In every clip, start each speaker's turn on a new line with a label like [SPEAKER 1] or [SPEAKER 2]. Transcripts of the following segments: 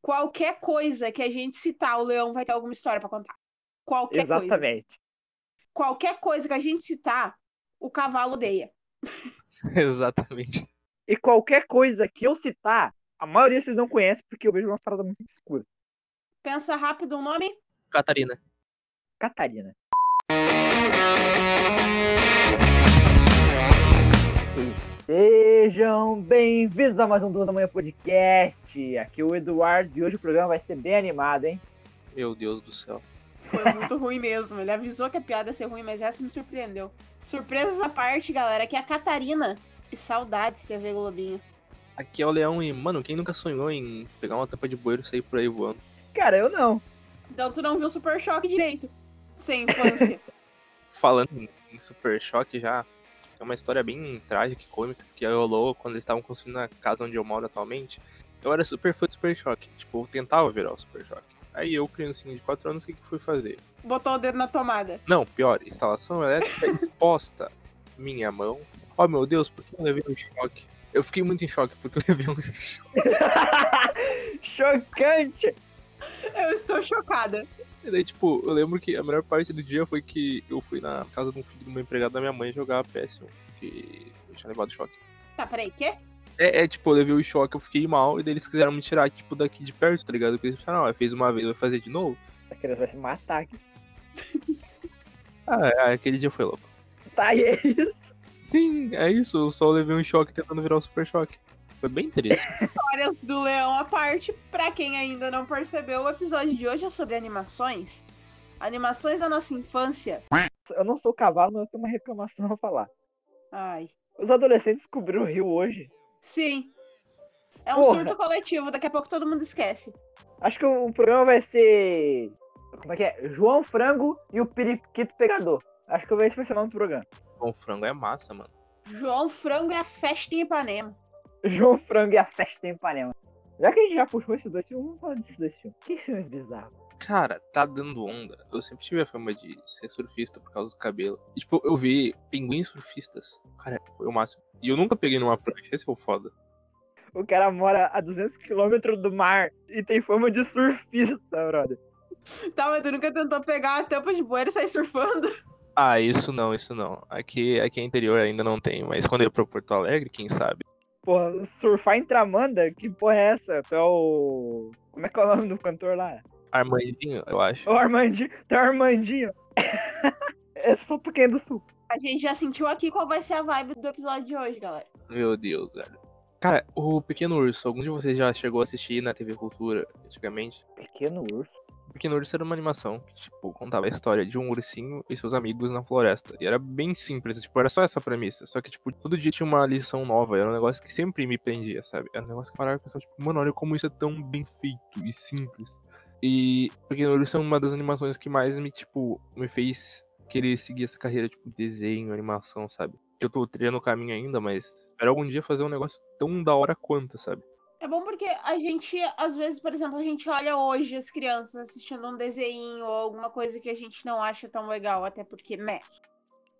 [SPEAKER 1] Qualquer coisa que a gente citar, o leão vai ter alguma história para contar. Qualquer coisa.
[SPEAKER 2] Exatamente.
[SPEAKER 1] Qualquer coisa que a gente citar, o cavalo odeia.
[SPEAKER 3] Exatamente.
[SPEAKER 2] E qualquer coisa que eu citar, a maioria vocês não conhece porque eu vejo uma parada muito escura.
[SPEAKER 1] Pensa rápido um nome?
[SPEAKER 3] Catarina.
[SPEAKER 2] Catarina. E Sejam bem-vindos a mais um Duas da Manhã Podcast. Aqui é o Eduardo e hoje o programa vai ser bem animado, hein?
[SPEAKER 3] Meu Deus do céu.
[SPEAKER 1] Foi muito ruim mesmo. Ele avisou que a piada ia ser ruim, mas essa me surpreendeu. Surpresas à parte, galera, que é a Catarina. E saudades, TV Globinho.
[SPEAKER 3] Aqui é o Leão e, mano, quem nunca sonhou em pegar uma tampa de bueiro e sair por aí voando?
[SPEAKER 2] Cara, eu não.
[SPEAKER 1] Então tu não viu Super Choque direito. Sem infância.
[SPEAKER 3] Falando em- em Super Choque já, é uma história bem trágica e cômica que rolou quando eles estavam construindo a casa onde eu moro atualmente. Eu era super fã de Super Choque, tipo, eu tentava virar o Super Choque. Aí eu, criancinha de 4 anos, o que, que fui fazer?
[SPEAKER 1] Botou o dedo na tomada.
[SPEAKER 3] Não, pior, instalação elétrica exposta. Minha mão. Oh meu Deus, por que eu levei um choque? Eu fiquei muito em choque porque eu levei um choque.
[SPEAKER 2] Chocante!
[SPEAKER 1] Eu estou chocada.
[SPEAKER 3] E daí, tipo, eu lembro que a melhor parte do dia foi que eu fui na casa de um filho do meu empregado da minha mãe jogar PS1, que eu tinha levado choque.
[SPEAKER 1] Tá, peraí, quê?
[SPEAKER 3] É, é, tipo, eu levei o choque, eu fiquei mal, e daí eles quiseram me tirar, tipo, daqui de perto, tá ligado? Porque eles falaram, não, fez uma vez, vai fazer de novo?
[SPEAKER 2] Essa criança vai se matar aqui.
[SPEAKER 3] Ah, é, aquele dia foi louco.
[SPEAKER 2] Tá, e é isso.
[SPEAKER 3] Sim, é isso, eu só levei um choque tentando virar o super choque. Foi bem triste.
[SPEAKER 1] Histórias do Leão à parte, pra quem ainda não percebeu, o episódio de hoje é sobre animações. Animações da nossa infância.
[SPEAKER 2] Eu não sou cavalo, mas eu tenho uma reclamação a falar.
[SPEAKER 1] Ai.
[SPEAKER 2] Os adolescentes descobriram o rio hoje.
[SPEAKER 1] Sim. É um
[SPEAKER 2] Porra.
[SPEAKER 1] surto coletivo, daqui a pouco todo mundo esquece.
[SPEAKER 2] Acho que o programa vai ser. Como é que é? João Frango e o Periquito Pegador. Acho que esse vai ser o nome do programa.
[SPEAKER 3] Bom, frango é massa, mano.
[SPEAKER 1] João Frango é a festa em Ipanema.
[SPEAKER 2] João Frango e a Festa em Ipanema. Já que a gente já puxou esses dois filmes, vamos falar desses dois filmes. Que filmes bizarros.
[SPEAKER 3] Cara, tá dando onda. Eu sempre tive a fama de ser surfista por causa do cabelo. E, tipo, eu vi pinguins surfistas. Cara, foi o máximo. E eu nunca peguei numa prancha, esse é o foda.
[SPEAKER 2] O cara mora a 200km do mar e tem fama de surfista, brother.
[SPEAKER 1] Tá, mas tu nunca tentou pegar a tampa de bueiro e sair surfando?
[SPEAKER 3] Ah, isso não, isso não. Aqui, aqui é interior ainda não tem, mas quando eu ir pra Porto Alegre, quem sabe?
[SPEAKER 2] Porra, surfar em Tramanda? Que porra é essa? Tu é o. Como é que é o nome do cantor lá?
[SPEAKER 3] Armandinho, eu acho.
[SPEAKER 2] O Armandinho. Tu é o Armandinho. é só pro quem é do sul.
[SPEAKER 1] A gente já sentiu aqui qual vai ser a vibe do episódio de hoje, galera.
[SPEAKER 3] Meu Deus, velho. Cara, o Pequeno Urso, algum de vocês já chegou a assistir na TV Cultura antigamente?
[SPEAKER 2] Pequeno urso.
[SPEAKER 3] O Pequeno Urso era uma animação que, tipo, contava a história de um ursinho e seus amigos na floresta. E era bem simples, tipo, era só essa premissa. Só que, tipo, todo dia tinha uma lição nova. Era um negócio que sempre me prendia, sabe? Era um negócio que eu parava e pensava, tipo, mano, olha como isso é tão bem feito e simples. E o Pequeno Urso é uma das animações que mais me, tipo, me fez querer seguir essa carreira, tipo, desenho, animação, sabe? Que eu tô trilhando o caminho ainda, mas espero algum dia fazer um negócio tão da hora quanto, sabe?
[SPEAKER 1] É bom porque a gente, às vezes, por exemplo, a gente olha hoje as crianças assistindo um desenho ou alguma coisa que a gente não acha tão legal, até porque, né?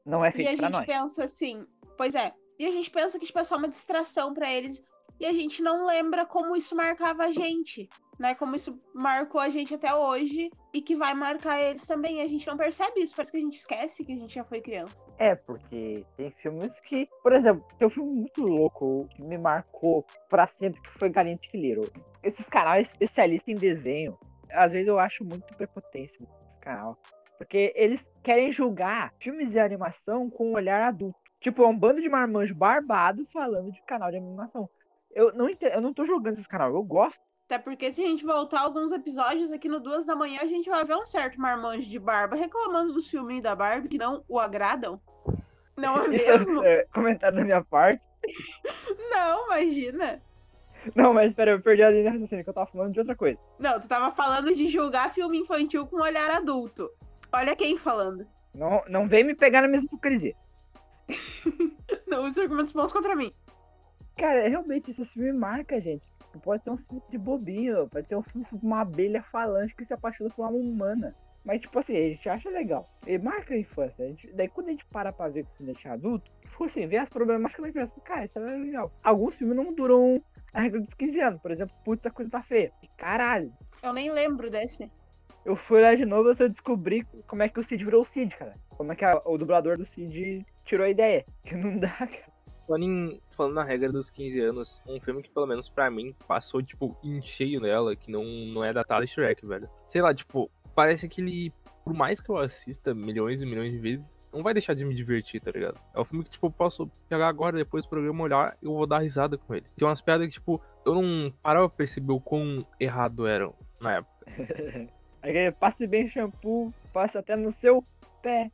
[SPEAKER 2] Não é
[SPEAKER 1] E a
[SPEAKER 2] feito pra
[SPEAKER 1] gente
[SPEAKER 2] nós.
[SPEAKER 1] pensa assim, pois é, e a gente pensa que tipo, é só uma distração pra eles, e a gente não lembra como isso marcava a gente, né? Como isso marcou a gente até hoje e que vai marcar eles também. E a gente não percebe isso, parece que a gente esquece que a gente já foi criança.
[SPEAKER 2] É, porque tem filmes que, por exemplo, tem um filme muito louco que me marcou pra sempre, que foi Galante Little. Esses canais especialistas em desenho, às vezes eu acho muito prepotência esse canal. Porque eles querem julgar filmes de animação com um olhar adulto. Tipo, é um bando de marmanjo barbado falando de canal de animação. Eu não, ente- eu não tô julgando esses canal, eu gosto.
[SPEAKER 1] Até porque se a gente voltar alguns episódios aqui no Duas da Manhã, a gente vai ver um certo marmanjo de barba reclamando dos filminhos da Barbie que não o agradam. Não é
[SPEAKER 2] Isso
[SPEAKER 1] mesmo?
[SPEAKER 2] é, é comentário da minha parte.
[SPEAKER 1] Não, imagina.
[SPEAKER 2] Não, mas pera, eu perdi a linha de raciocínio, que eu tava falando de outra coisa.
[SPEAKER 1] Não, tu tava falando de julgar filme infantil com um olhar adulto. Olha quem falando.
[SPEAKER 2] Não, não vem me pegar na mesma hipocrisia.
[SPEAKER 1] Não use argumentos bons contra mim.
[SPEAKER 2] Cara, é realmente, esse filme marca, gente. Pode ser um filme de bobinho, pode ser um filme sobre uma abelha falange que se apaixona por uma humana. Mas, tipo assim, a gente acha legal. Ele marca a infância. né? A gente- daí, quando a gente para pra ver quando a gente é adulto, tipo assim, vê as problemáticas da criança. Cara, isso é legal. Alguns filmes não duram A regra dos 15 anos, por exemplo, putz, a coisa tá feia. Caralho.
[SPEAKER 1] Eu nem lembro desse.
[SPEAKER 2] Eu fui lá de novo e eu descobri como é que o Cid virou o Cid, cara. Como é que a- o dublador do Cid tirou a ideia. Que não dá, cara.
[SPEAKER 3] Falando, em- falando na regra dos 15 anos, um filme que, pelo menos pra mim, passou, tipo, em cheio nela, que não, não é datado é Shrek, velho. Sei lá, tipo, parece que ele, por mais que eu assista milhões e milhões de vezes, não vai deixar de me divertir, tá ligado? É um filme que, tipo, eu posso pegar agora, depois do programa, olhar, eu vou dar risada com ele. Tem umas piadas que, tipo, eu não parava pra perceber o quão errado eram na época.
[SPEAKER 2] Aí, passe bem shampoo, passe até no seu pé.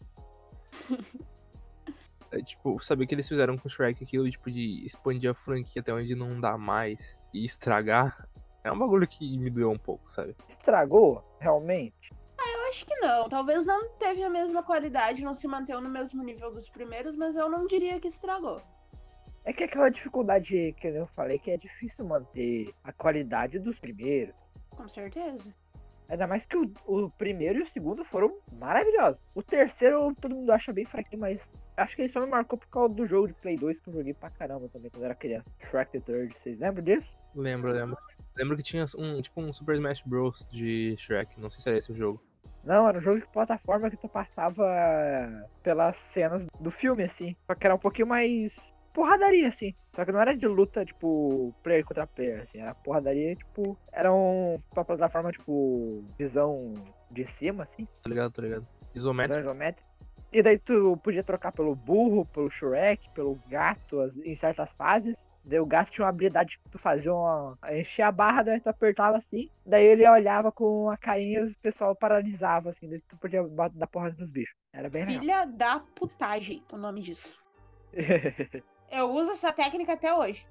[SPEAKER 3] É, tipo, saber que eles fizeram com o Shrek aquilo, tipo, de expandir a franquia até onde não dá mais e estragar, é um bagulho que me doeu um pouco, sabe?
[SPEAKER 2] Estragou, realmente.
[SPEAKER 1] Eu acho que não. Talvez não teve a mesma qualidade, não se manteve no mesmo nível dos primeiros, mas eu não diria que estragou.
[SPEAKER 2] É que aquela dificuldade que eu falei que é difícil manter a qualidade dos primeiros.
[SPEAKER 1] Com certeza.
[SPEAKER 2] Ainda mais que o, o primeiro e o segundo foram maravilhosos. O terceiro todo mundo acha bem fraquinho, mas acho que ele só me marcou por causa do jogo de Play 2 que eu joguei pra caramba também quando era criança. Shrek the Third, vocês lembram disso?
[SPEAKER 3] Lembro, lembro. Lembro que tinha um, tipo, um Super Smash Bros de Shrek, não sei se era esse o jogo.
[SPEAKER 2] Não, era um jogo de plataforma que tu passava pelas cenas do filme, assim. Só que era um pouquinho mais porradaria, assim. Só que não era de luta, tipo, player contra player, assim. Era porradaria, tipo, era um, uma plataforma, tipo, visão de cima, assim.
[SPEAKER 3] Tá ligado, tá ligado? Isométrico.
[SPEAKER 2] visão isométrica. E daí tu podia trocar pelo burro, pelo Shrek, pelo gato as- em certas fases. Daí o gato tinha uma habilidade que tu fazia uma. encher a barra, daí tu apertava assim. Daí ele olhava com a carinha e o pessoal paralisava, assim. Daí tu podia ba- dar porrada nos bichos. Era bem legal.
[SPEAKER 1] Filha da putagem, o nome disso. Eu uso essa técnica até hoje.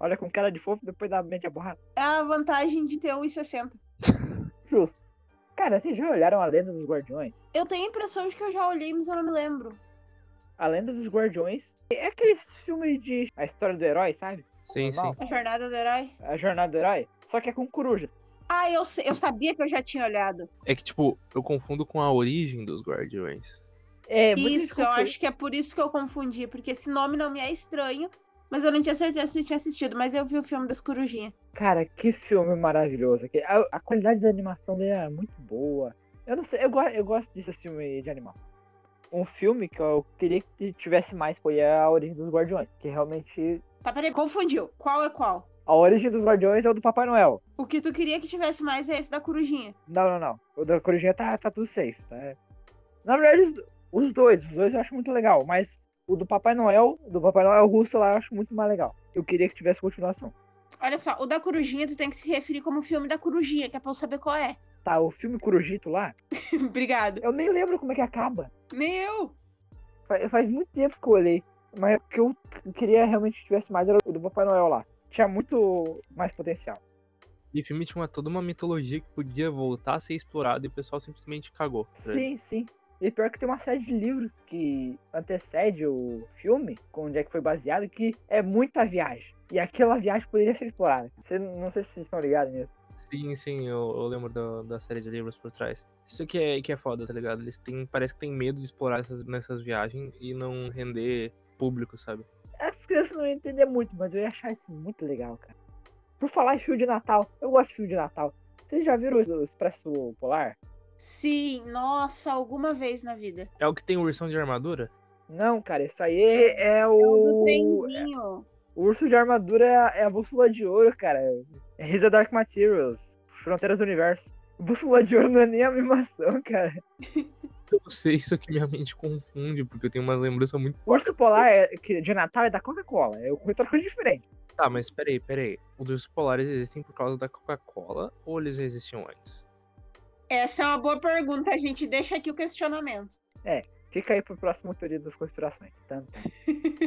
[SPEAKER 2] Olha com cara de fofo, depois dá média borrada.
[SPEAKER 1] É a vantagem de ter 1,60.
[SPEAKER 2] Justo. Cara, vocês já olharam a lenda dos guardiões?
[SPEAKER 1] Eu tenho a impressão de que eu já olhei, mas eu não me lembro.
[SPEAKER 2] A lenda dos guardiões é aqueles filmes de. A história do herói, sabe?
[SPEAKER 3] Sim, sim.
[SPEAKER 2] Normal.
[SPEAKER 1] A Jornada do Herói.
[SPEAKER 2] A jornada do herói. Só que é com coruja.
[SPEAKER 1] Ah, eu, se- eu sabia que eu já tinha olhado.
[SPEAKER 3] É que, tipo, eu confundo com a origem dos Guardiões.
[SPEAKER 2] É, muito
[SPEAKER 1] isso, eu
[SPEAKER 2] desconfortável.
[SPEAKER 1] acho que é por isso que eu confundi, porque esse nome não me é estranho, mas eu não tinha certeza se eu tinha assistido, mas eu vi o filme das corujinhas.
[SPEAKER 2] Cara, que filme maravilhoso. Que- A, a qualidade da animação dele é muito boa. Eu não sei, eu, go- eu gosto desses filmes de animal. Um filme que eu queria que tivesse mais foi a Origem dos Guardiões. Que realmente.
[SPEAKER 1] Tá, peraí, confundiu. Qual é qual?
[SPEAKER 2] A Origem dos Guardiões é o do Papai Noel.
[SPEAKER 1] O que tu queria que tivesse mais é esse da corujinha.
[SPEAKER 2] Não, não, não. O da Corujinha tá, tá tudo safe. Tá? Na verdade, os, do- os dois. Os dois eu acho muito legal. Mas o do Papai Noel, do Papai Noel russo lá, eu acho muito mais legal. Eu queria que tivesse continuação.
[SPEAKER 1] Olha só, o da corujinha tu tem que se referir como o filme da corujinha, que é pra eu saber qual é.
[SPEAKER 2] Tá, o filme Corujito lá,
[SPEAKER 1] Obrigado.
[SPEAKER 2] eu nem lembro como é que acaba.
[SPEAKER 1] Nem eu.
[SPEAKER 2] Fa- Faz muito tempo que eu olhei. Mas o que eu queria realmente que tivesse mais era o do Papai Noel lá. Tinha muito mais potencial.
[SPEAKER 3] E o filme tinha uma- toda uma mitologia que podia voltar a ser explorada e o pessoal simplesmente cagou. tá ligado?
[SPEAKER 2] Sim, sim. E pior que tem uma série de livros que antecede o filme, com onde é que foi baseado, que é muita viagem. E aquela viagem poderia ser explorada. Você, não sei se vocês estão ligados nisso.
[SPEAKER 3] Sim, sim, eu, eu lembro da, da série de livros por trás. Isso que é, que é foda, tá ligado? Eles têm, parece que tem medo de explorar essas, nessas viagens e não render público, sabe?
[SPEAKER 2] As crianças não iam entender muito, mas eu ia achar isso muito legal, cara. Por falar em filme de Natal, eu gosto de filme de Natal. Vocês já viram o Expresso Polar?
[SPEAKER 1] Sim, nossa, alguma vez na vida.
[SPEAKER 3] É o que tem o ursão de armadura?
[SPEAKER 2] Não, cara, isso aí é
[SPEAKER 1] É o do
[SPEAKER 2] o.
[SPEAKER 1] trenzinho.
[SPEAKER 2] O urso de armadura é a- é a bússola de ouro, cara. É His Dark Materials, Fronteiras do Universo. Bússola de ouro não é nem animação, cara.
[SPEAKER 3] Eu não sei, isso aqui minha mente confunde, porque eu tenho uma lembrança muito.
[SPEAKER 2] O urso polar é- que- de Natal é da Coca-Cola. É outra coisa diferente.
[SPEAKER 3] Tá, mas peraí, peraí. Os ursos polares existem por causa da Coca-Cola ou eles já existiam antes?
[SPEAKER 1] Essa é uma boa pergunta, a gente deixa aqui o questionamento.
[SPEAKER 2] Fica aí pro próximo Teoria das Conspirações. tá? Tan, tan.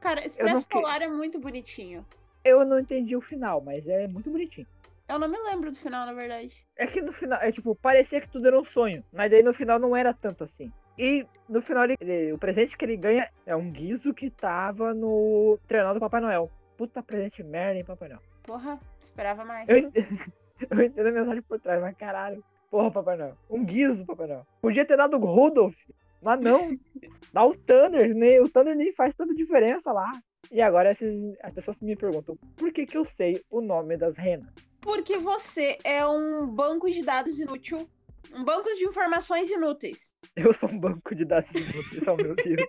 [SPEAKER 1] Cara, Expresso
[SPEAKER 2] que-
[SPEAKER 1] Polar é muito bonitinho.
[SPEAKER 2] Eu não entendi o final, mas é muito bonitinho.
[SPEAKER 1] Eu não me lembro do final, na verdade.
[SPEAKER 2] É que no final, é tipo, parecia que tudo era um sonho. Mas daí no final não era tanto assim. E no final, ele- ele- o presente que ele ganha é um guiso que tava no trenó do Papai Noel. Puta presente merda, hein, Papai Noel.
[SPEAKER 1] Porra, esperava mais.
[SPEAKER 2] Eu ent- eu entendo a mensagem por trás, mas caralho. Porra, Papai Noel. Um guiso, Papai Noel. Podia ter dado o Rudolph, mas não. Dá o Thunder, né? O Thunder nem faz tanta diferença lá. E agora esses, as pessoas me perguntam por que, que eu sei o nome das renas.
[SPEAKER 1] Porque você é um banco de dados inútil, um banco de informações inúteis.
[SPEAKER 2] Eu sou um banco de dados inúteis, ao meu Deus.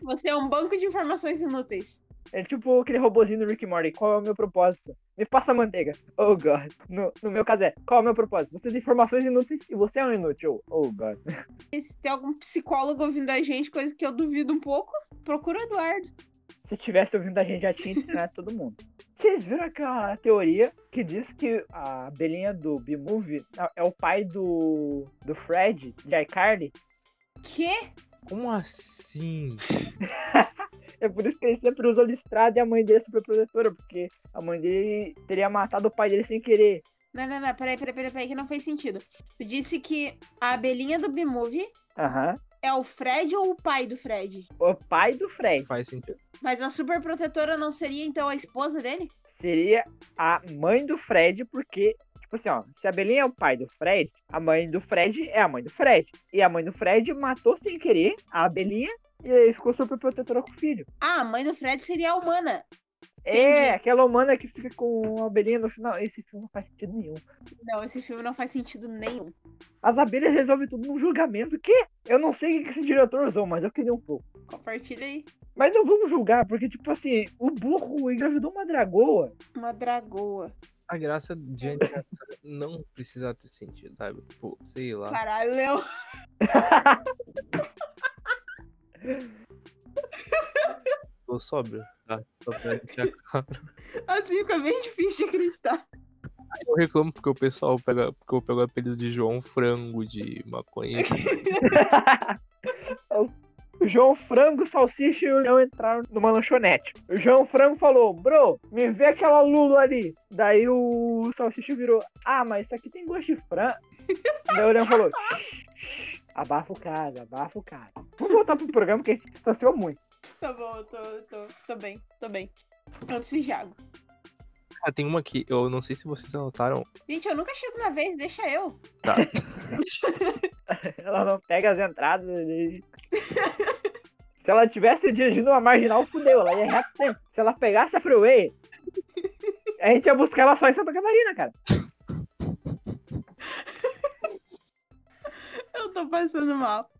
[SPEAKER 1] Você é um banco de informações inúteis.
[SPEAKER 2] É tipo aquele robozinho do Rick and Morty. Qual é o meu propósito? Me passa a manteiga. Oh, God. No, no meu caso é, qual é o meu propósito? Você tem informações inúteis e você é um inútil. Oh, God.
[SPEAKER 1] E se tem algum psicólogo ouvindo a gente, coisa que eu duvido um pouco, procura o Eduardo.
[SPEAKER 2] Se tivesse ouvindo a gente, já tinha ensinado todo mundo. Vocês viram aquela teoria que diz que a abelhinha do B-Movie é o pai do, do Fred, de iCarly?
[SPEAKER 1] Quê?
[SPEAKER 3] Como assim?
[SPEAKER 2] É por isso que ele sempre usa listrado e a mãe dele é super protetora, porque a mãe dele teria matado o pai dele sem querer.
[SPEAKER 1] Não, não, não, peraí, peraí, peraí, peraí, que não fez sentido. Tu disse que a abelhinha do B-Movie
[SPEAKER 2] Aham.
[SPEAKER 1] é o Fred ou o pai do Fred?
[SPEAKER 2] O pai do Fred
[SPEAKER 3] Faz sentido.
[SPEAKER 1] Mas a super protetora não seria então a esposa dele?
[SPEAKER 2] seria a mãe do Fred, porque, tipo assim, ó, se a Belinha é o pai do Fred, a mãe do Fred é a mãe do Fred. E a mãe do Fred matou sem querer a Belinha e aí ficou super protetora com o filho.
[SPEAKER 1] Ah, a mãe do Fred seria a humana.
[SPEAKER 2] É, aquela humana que fica com a abelhinha no final. Esse filme não faz sentido nenhum.
[SPEAKER 1] Não, esse filme não faz sentido nenhum.
[SPEAKER 2] As abelhas resolvem tudo num julgamento. Que? Eu não sei o que esse diretor usou, mas eu queria um pouco.
[SPEAKER 1] Compartilha aí.
[SPEAKER 2] Mas não vamos julgar, porque, tipo assim, o burro engravidou uma dragoa.
[SPEAKER 1] Uma dragoa.
[SPEAKER 3] A graça de animação não precisa ter sentido, sabe? Tipo, sei lá.
[SPEAKER 1] Caralho, Léo.
[SPEAKER 3] Tô sóbrio. Tá? Só pra deixar claro.
[SPEAKER 1] Assim fica bem difícil de acreditar.
[SPEAKER 3] Eu reclamo porque o pessoal pega. Porque eu pego o apelido de João Frango, de maconha.
[SPEAKER 2] O João Frango, Salsicha e o Leão entraram numa lanchonete. O João Frango falou, bro, me vê aquela lula ali. Daí o Salsicha virou, ah, mas isso aqui tem gosto de frango. Daí o Leão falou, "Shh, shh, abafa o caso, abafa o caso. Vamos voltar pro programa que a gente distanciou muito.
[SPEAKER 1] Tá bom, eu tô, eu tô, tô bem, tô bem. Eu preciso de água.
[SPEAKER 3] Ah, tem uma aqui, eu não sei se vocês anotaram.
[SPEAKER 1] Gente, eu nunca chego na vez, deixa eu.
[SPEAKER 3] Tá.
[SPEAKER 2] Ela não pega as entradas. e- Se ela tivesse dirigindo uma marginal, fudeu, ela ia errar tempo. Se ela pegasse a freeway, a gente ia buscar ela só em Santa Catarina, cara.
[SPEAKER 1] Eu tô passando mal.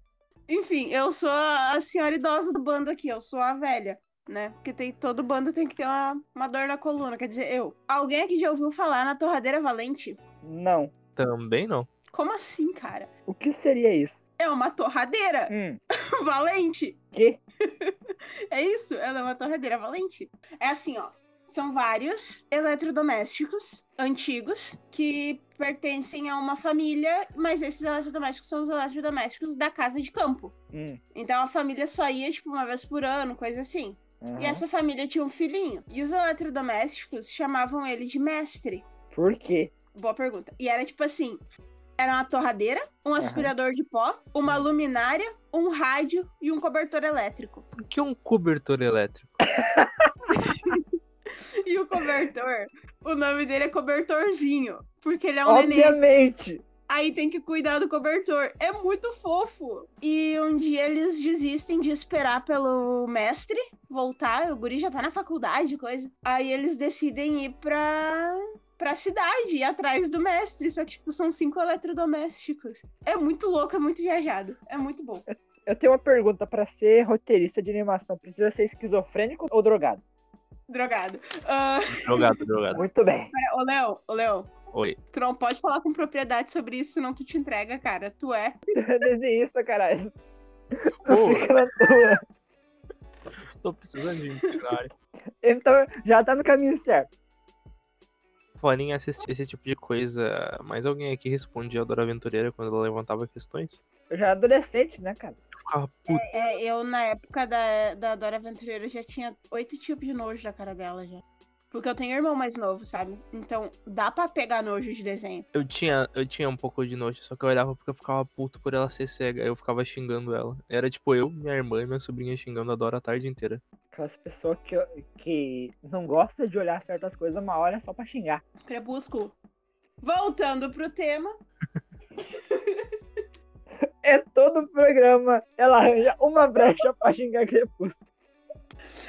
[SPEAKER 1] Enfim, eu sou a a senhora idosa do bando aqui, eu sou a velha, né? Porque tem, todo bando tem que ter uma, uma dor na coluna, quer dizer, eu. Alguém aqui já ouviu falar na torradeira valente?
[SPEAKER 2] Não.
[SPEAKER 3] Também não.
[SPEAKER 1] Como assim, cara?
[SPEAKER 2] O que seria isso?
[SPEAKER 1] É uma torradeira
[SPEAKER 2] Hum,
[SPEAKER 1] valente!
[SPEAKER 2] que?
[SPEAKER 1] É isso, ela é uma torradeira valente. É assim, ó. São vários eletrodomésticos antigos que pertencem a uma família, mas esses eletrodomésticos são os eletrodomésticos da casa de campo.
[SPEAKER 2] Hum.
[SPEAKER 1] Então a família só ia, tipo, uma vez por ano, coisa assim.
[SPEAKER 2] aham.
[SPEAKER 1] E essa família tinha um filhinho. E os eletrodomésticos chamavam ele de mestre.
[SPEAKER 2] Por quê?
[SPEAKER 1] Boa pergunta. E era tipo assim: era uma torradeira, um aspirador de pó, uma luminária, um rádio e um cobertor elétrico.
[SPEAKER 3] Por que um cobertor elétrico?
[SPEAKER 1] E o cobertor, o nome dele é cobertorzinho. Porque ele é um neném.
[SPEAKER 2] Obviamente.
[SPEAKER 1] Aí tem que cuidar do cobertor. É muito fofo. E um dia eles desistem de esperar pelo mestre voltar. O guri já tá na faculdade, coisa. Aí eles decidem ir pra. Pra cidade, ir atrás do mestre. Só que, tipo, são cinco eletrodomésticos. É muito louco, é muito viajado. É muito bom.
[SPEAKER 2] Eu tenho uma pergunta pra ser roteirista de animação. Precisa ser esquizofrênico ou drogado?
[SPEAKER 1] Drogado. Ah,
[SPEAKER 3] Drogado, drogado.
[SPEAKER 2] Muito bem.
[SPEAKER 1] ô, Léo, ô, Léo.
[SPEAKER 3] Oi.
[SPEAKER 1] Tu não pode falar com propriedade sobre isso, senão tu te entrega, cara. Tu é
[SPEAKER 2] Desenhista, caralho.
[SPEAKER 3] Ô,
[SPEAKER 2] Fica na tua.
[SPEAKER 3] tô precisando de um dicionário.
[SPEAKER 2] Então, já tá no caminho certo.
[SPEAKER 3] Podem assistir esse tipo de coisa. Mas alguém aqui respondia a Dora Aventureira quando ela levantava questões?
[SPEAKER 2] Eu já era adolescente, né, cara?
[SPEAKER 3] Eu ficava puto.
[SPEAKER 1] É, eu na época da, da Dora Aventureira já tinha oito tipos de nojo da cara dela já. Porque eu tenho irmão mais novo, sabe? Então dá pra pegar nojo de desenho.
[SPEAKER 3] Eu tinha, eu tinha um pouco de nojo, só que eu olhava porque eu ficava puto por ela ser cega. Eu ficava xingando ela. Era tipo eu, minha irmã e minha sobrinha xingando a Dora a tarde inteira.
[SPEAKER 2] Aquelas pessoas que, que não gostam de olhar certas coisas, uma hora é só pra xingar.
[SPEAKER 1] Crepúsculo. Voltando pro tema,
[SPEAKER 2] É todo o programa. Ela arranja uma brecha pra xingar Crepúsculo.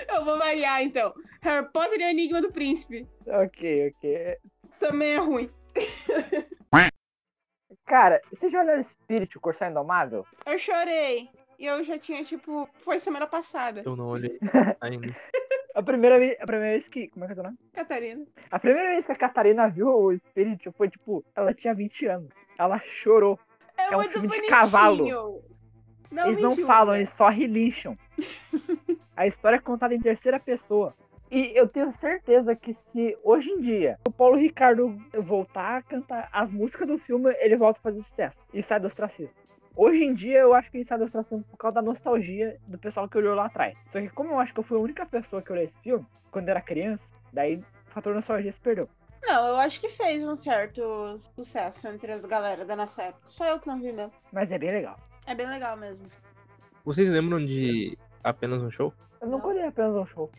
[SPEAKER 1] Eu vou variar, então. Harry Potter e o Enigma do Príncipe.
[SPEAKER 2] Ok, ok.
[SPEAKER 1] Também é ruim.
[SPEAKER 2] Cara, você já olhou Spirit, o Corsair Indomável?
[SPEAKER 1] Eu chorei. E eu já tinha, tipo... Foi semana passada.
[SPEAKER 3] Eu não olhei ainda.
[SPEAKER 2] A primeira, vez, a primeira vez que. Como é que é o nome?
[SPEAKER 1] Catarina.
[SPEAKER 2] A primeira vez que a Catarina viu o Spirit foi tipo. Ela tinha 20 anos. Ela chorou.
[SPEAKER 1] É,
[SPEAKER 2] um
[SPEAKER 1] muito
[SPEAKER 2] filme de
[SPEAKER 1] bonitinho.
[SPEAKER 2] cavalo.
[SPEAKER 1] Não né?
[SPEAKER 2] eles
[SPEAKER 1] me
[SPEAKER 2] não
[SPEAKER 1] julga.
[SPEAKER 2] falam, eles só relixam. a história é contada em terceira pessoa. E eu tenho certeza que se hoje em dia o Paulo Ricardo voltar a cantar as músicas do filme, ele volta a fazer sucesso e sai do ostracismo. Hoje em dia eu acho que ele sai do ostracismo por causa da nostalgia do pessoal que olhou lá atrás. Só que como eu acho que eu fui a única pessoa que olhou esse filme quando era criança, daí o fator nostalgia se perdeu.
[SPEAKER 1] Não, eu acho que fez um certo sucesso entre as galera da nossa época. Só eu que não vi mesmo.
[SPEAKER 2] Mas é bem legal.
[SPEAKER 1] É bem legal mesmo.
[SPEAKER 3] Vocês lembram de apenas um show?
[SPEAKER 2] Eu nunca olhei apenas um show.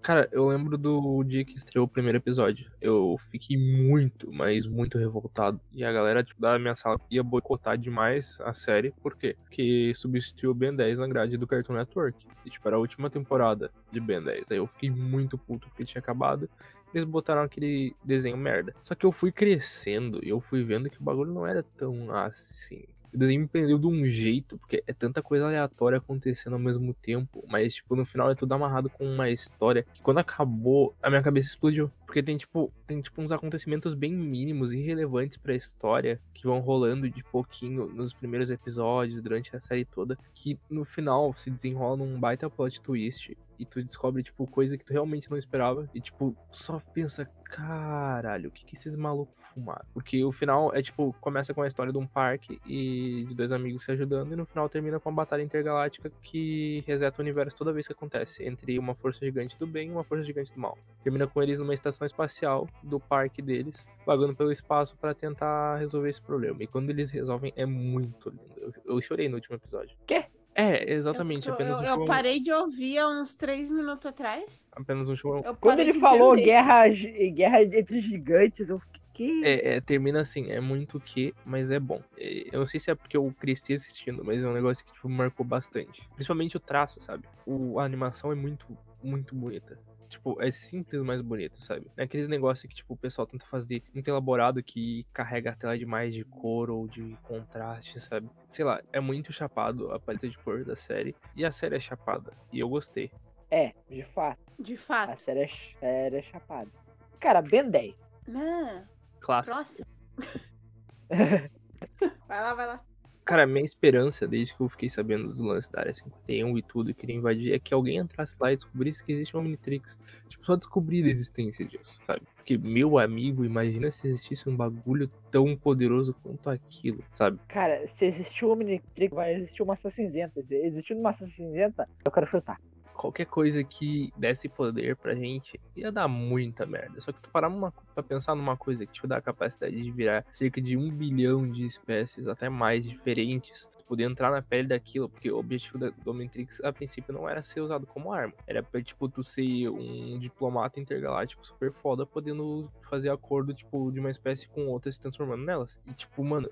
[SPEAKER 3] Cara, eu lembro do dia que estreou o primeiro episódio. Eu fiquei muito, mas muito revoltado. E a galera tipo, da minha sala ia boicotar demais a série. Por quê? Porque substituiu o Ben 10 na grade do Cartoon Network. E, tipo, era a última temporada de Ben 10. Aí eu fiquei muito puto porque tinha acabado. Eles botaram aquele desenho merda. Só que eu fui crescendo e eu fui vendo que o bagulho não era tão assim. O desenho me prendeu de um jeito, porque é tanta coisa aleatória acontecendo ao mesmo tempo, mas, tipo, no final é tudo amarrado com uma história que quando acabou, a minha cabeça explodiu. Porque tem, tipo, tem, tipo, uns acontecimentos bem mínimos e relevantes pra história que vão rolando de pouquinho nos primeiros episódios, durante a série toda, que no final se desenrola num baita plot twist. E tu descobre, tipo, coisa que tu realmente não esperava. E, tipo, só pensa, caralho, o que, que esses malucos fumaram? Porque o final é, tipo, começa com a história de um parque e de dois amigos se ajudando. E no final termina com uma batalha intergaláctica que reseta o universo toda vez que acontece. Entre uma força gigante do bem e uma força gigante do mal. Termina com eles numa estação espacial do parque deles, vagando pelo espaço pra tentar resolver esse problema. E quando eles resolvem, é muito lindo. Eu, eu chorei no último episódio.
[SPEAKER 2] Quê?
[SPEAKER 3] É, exatamente.
[SPEAKER 1] Eu, tô-
[SPEAKER 3] apenas,
[SPEAKER 1] eu,
[SPEAKER 3] um
[SPEAKER 1] eu
[SPEAKER 3] show,
[SPEAKER 1] parei de ouvir há uns três minutos atrás.
[SPEAKER 3] apenas um show.
[SPEAKER 1] Eu
[SPEAKER 2] Quando
[SPEAKER 1] parei
[SPEAKER 2] ele
[SPEAKER 1] de
[SPEAKER 2] falou
[SPEAKER 1] entender.
[SPEAKER 2] guerra, gi- guerra entre gigantes, eu fiquei. "Que
[SPEAKER 3] É, é, termina assim, é muito que, mas é bom. É, eu não sei se é porque eu cresci assistindo, mas é um negócio que tipo, marcou bastante. Principalmente o traço, sabe? O, a animação é muito, muito bonita. Tipo, é simples, mas bonito, sabe? É aqueles negócios que, tipo, o pessoal tenta fazer muito elaborado que carrega a tela demais de cor ou de contraste, sabe? Sei lá, é muito chapado a paleta de cor da série. E a série é chapada. E eu gostei.
[SPEAKER 2] É, de fato.
[SPEAKER 1] De
[SPEAKER 2] A
[SPEAKER 1] fato.
[SPEAKER 2] série é, ch- série é chapada. Cara, Ben 10.
[SPEAKER 1] Não,
[SPEAKER 3] Clássico.
[SPEAKER 1] próximo. Vai lá, vai lá.
[SPEAKER 3] Cara, minha esperança, desde que eu fiquei sabendo dos lances da Área 51 e tudo, e queria invadir, é que alguém entrasse lá e descobrisse que existe uma Omnitrix. Tipo, só descobrir a existência disso, sabe? Porque, meu amigo, imagina se existisse um bagulho tão poderoso quanto aquilo, sabe?
[SPEAKER 2] Cara, se existiu um Omnitrix, vai existir uma Massa Cinzenta. Se existiu uma Massa Cinzenta, eu quero chutar.
[SPEAKER 3] Qualquer coisa que desse poder pra gente ia dar muita merda. Só que tu parar numa, pra pensar numa coisa que te dá a capacidade de virar cerca de um bilhão de espécies, até mais, diferentes, tu poder entrar na pele daquilo, porque o objetivo da do Omnitrix a princípio não era ser usado como arma. Era pra, tipo, tu ser um diplomata intergaláctico super foda, podendo fazer acordo, tipo, de uma espécie com outra se transformando nelas. E, tipo, mano,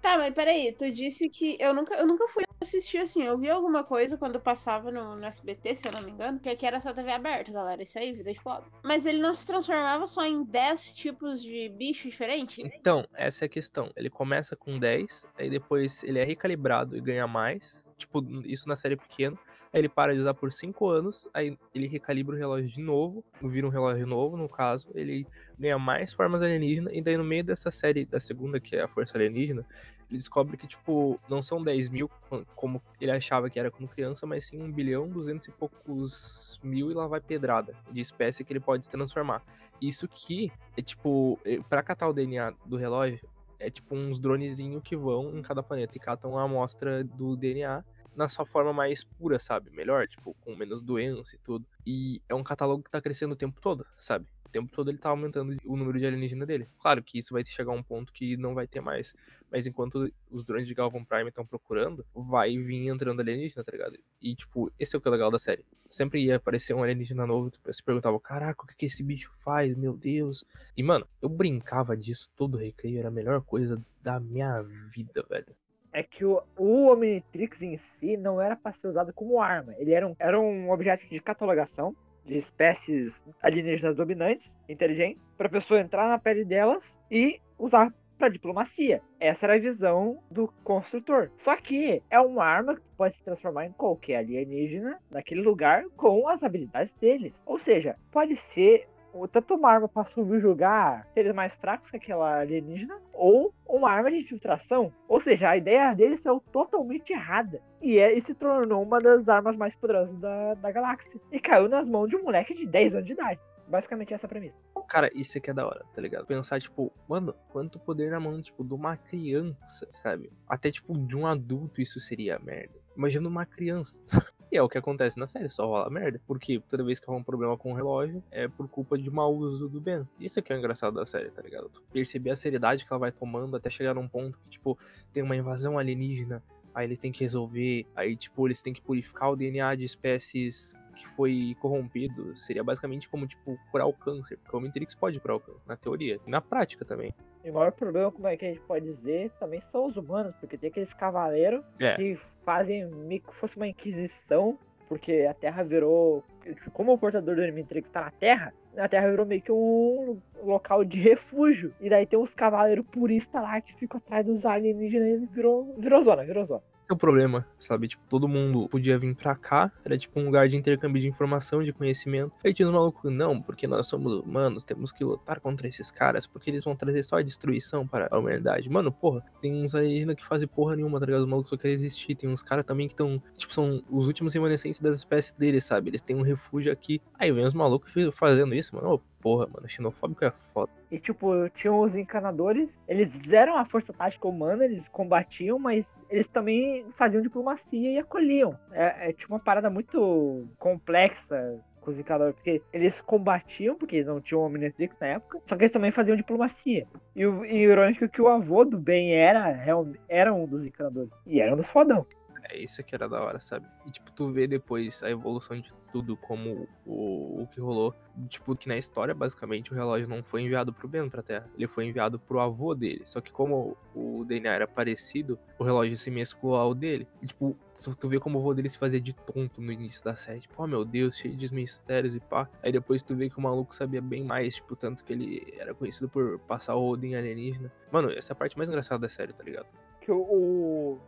[SPEAKER 1] Tá, mas peraí, tu disse que eu nunca, eu nunca fui assistir assim. Eu vi alguma coisa quando eu passava no, no SBT, se eu não me engano, que aqui era só TV aberta, galera. Isso aí, vida de pobre. Mas ele não se transformava só em 10 tipos de bicho diferente?
[SPEAKER 3] Então, essa é a questão. Ele começa com 10, aí depois ele é recalibrado e ganha mais. Tipo, isso na série pequena. Aí ele para de usar por 5 anos, aí ele recalibra o relógio de novo, vira um relógio novo, no caso. Ele ganha mais formas alienígenas, e daí no meio dessa série, da segunda, que é a Força Alienígena, ele descobre que, tipo, não são 10 mil, como ele achava que era como criança, mas sim 1 bilhão, 200 e poucos mil, e lá vai pedrada de espécie que ele pode se transformar. Isso que é tipo, eh, pra catar o DNA do relógio, é tipo uns dronezinhos que vão em cada planeta e catam a amostra do DNA na sua forma mais pura, sabe? Melhor, tipo, com menos doença e tudo. E é um catálogo que tá crescendo o tempo todo, sabe? O tempo todo ele tá aumentando o número de alienígena dele. Claro que isso vai chegar a um ponto que não vai ter mais. Mas enquanto os drones de Galvan Prime estão procurando, vai vir entrando alienígena, tá ligado? E, tipo, esse é o que é legal da série. Sempre ia aparecer um alienígena novo, tu se perguntava, caraca, o que que esse bicho faz? Meu Deus. E, mano, eu brincava disso todo recreio, era a melhor coisa da minha vida, velho.
[SPEAKER 2] é que o, o Omnitrix em si não era pra ser usado como arma. Ele era um, era um objeto de catalogação de espécies alienígenas dominantes, inteligentes, pra pessoa entrar na pele delas e usar pra diplomacia. Essa era a visão do construtor. Só que é uma arma que pode se transformar em qualquer alienígena naquele lugar com as habilidades deles. Ou seja, pode ser ou tanto uma arma para subjugar seres mais fracos que aquela alienígena, ou uma arma de infiltração. Ou seja, a ideia deles saiu totalmente errada. E, é, e se tornou uma das armas mais poderosas da, da galáxia. E caiu nas mãos de um moleque de 10 anos de idade. Basicamente essa é a premissa.
[SPEAKER 3] Cara, isso aqui é da hora, tá ligado? Pensar, tipo, mano, quanto poder na mão, tipo, de uma criança, sabe? Até, tipo, de um adulto isso seria merda. Imagina uma criança. E é o que acontece na série, só rola merda. Porque toda vez que rola um problema com o relógio, é por culpa de mau uso do Ben. Isso aqui é o engraçado da série, tá ligado? Tu perceber a seriedade que ela vai tomando até chegar num ponto que, tipo, tem uma invasão alienígena. Aí ele tem que resolver. Aí, tipo, eles têm que purificar o DNA de espécies que foi corrompido. Seria basicamente como, tipo, curar o câncer. Porque o Omnitrix pode curar o câncer, na teoria. E na prática também.
[SPEAKER 2] E o maior problema, como é que a gente pode dizer, também são os humanos, porque tem aqueles cavaleiros
[SPEAKER 3] É.
[SPEAKER 2] que fazem meio que fosse uma inquisição, porque a Terra virou. Como o portador do Omnitrix tá na Terra, a Terra virou meio que um local de refúgio. E daí tem uns cavaleiros puristas lá que ficam atrás dos alienígenas e virou, virou zona, virou zona.
[SPEAKER 3] Esse é o problema, sabe? Tipo, todo mundo podia vir pra cá, era tipo um lugar de intercâmbio de informação, de conhecimento. Aí tinha os malucos, não, porque nós somos humanos, temos que lutar contra esses caras, porque eles vão trazer só a destruição para a humanidade. Mano, porra, tem uns alienígenas que fazem porra nenhuma, tá ligado? Os malucos só querem existir. Tem uns caras também que estão, tipo, são os últimos remanescentes das espécies deles, sabe? Eles têm um refúgio aqui. Aí vem os malucos fi- fazendo isso, mano. Ô, porra, mano, xenofóbico é foda.
[SPEAKER 2] E, tipo, tinham os encanadores, eles eram a força tática humana, eles combatiam, mas eles também faziam diplomacia e acolhiam. É, é tipo uma parada muito complexa com os encanadores, porque eles combatiam, porque eles não tinham Omnitrix na época, só que eles também faziam diplomacia. E o e o irônico é que o avô do Ben era, real- era um dos encanadores, e era um dos fodão.
[SPEAKER 3] É isso que era da hora, sabe? E, tipo, tu vê depois a evolução de tudo, como o, o que rolou. Tipo, que na história, basicamente, o relógio não foi enviado pro Ben pra Terra. Ele foi enviado pro avô dele. Só que como o DNA era parecido, o relógio se mesclou ao dele. E, tipo, se tu vê como o avô dele se fazia de tonto no início da série. Tipo, oh meu Deus, cheio de mistérios e pá. Aí depois tu vê que o maluco sabia bem mais, tipo, tanto que ele era conhecido por passar o Odin alienígena. Mano, essa é a parte mais engraçada da série, tá ligado?
[SPEAKER 2] Que o, o,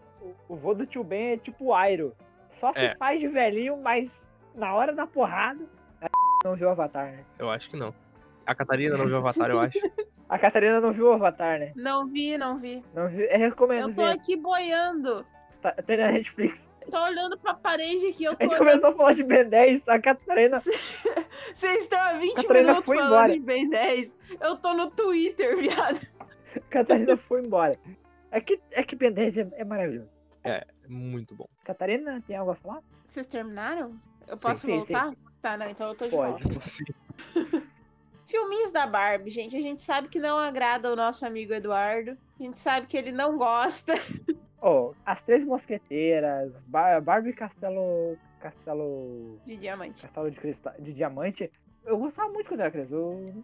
[SPEAKER 2] o avô do tio Ben é tipo Airo. Só se
[SPEAKER 3] É.
[SPEAKER 2] faz de velhinho, mas na hora da porrada, a não viu o Avatar, né?
[SPEAKER 3] Eu acho que não. A Catarina não viu o Avatar, eu acho.
[SPEAKER 2] A Catarina não viu o Avatar, né?
[SPEAKER 1] Não vi, não vi.
[SPEAKER 2] Não viu. Eu recomendo
[SPEAKER 1] Eu tô
[SPEAKER 2] ver.
[SPEAKER 1] aqui boiando.
[SPEAKER 2] Tá, tem na Netflix.
[SPEAKER 1] Tô olhando pra parede aqui. Eu
[SPEAKER 2] A
[SPEAKER 1] tô
[SPEAKER 2] gente
[SPEAKER 1] olhando.
[SPEAKER 2] começou a falar de Ben 10, a Catarina.
[SPEAKER 1] Vocês estão há 20
[SPEAKER 2] Catarina
[SPEAKER 1] minutos
[SPEAKER 2] foi
[SPEAKER 1] falando
[SPEAKER 2] embora.
[SPEAKER 1] de Ben 10. Eu tô no Twitter, viado.
[SPEAKER 2] A Catarina foi embora. É que, é que Ben 10 é, é maravilhoso.
[SPEAKER 3] Muito bom.
[SPEAKER 2] Catarina, tem algo a falar?
[SPEAKER 1] Vocês terminaram? Eu
[SPEAKER 3] Sim,
[SPEAKER 1] posso
[SPEAKER 2] sim,
[SPEAKER 1] voltar? Tá, não, então eu tô de
[SPEAKER 2] Pode.
[SPEAKER 1] volta. Filminhos da Barbie, gente. A gente sabe que não agrada o nosso amigo Eduardo. A gente sabe que ele não gosta.
[SPEAKER 2] Ó, As Três Mosqueteiras, Bar Barbie Castelo. Castelo.
[SPEAKER 1] De diamante.
[SPEAKER 2] Castelo de, cristal, de Diamante. Eu gostava muito quando era criança. Eu,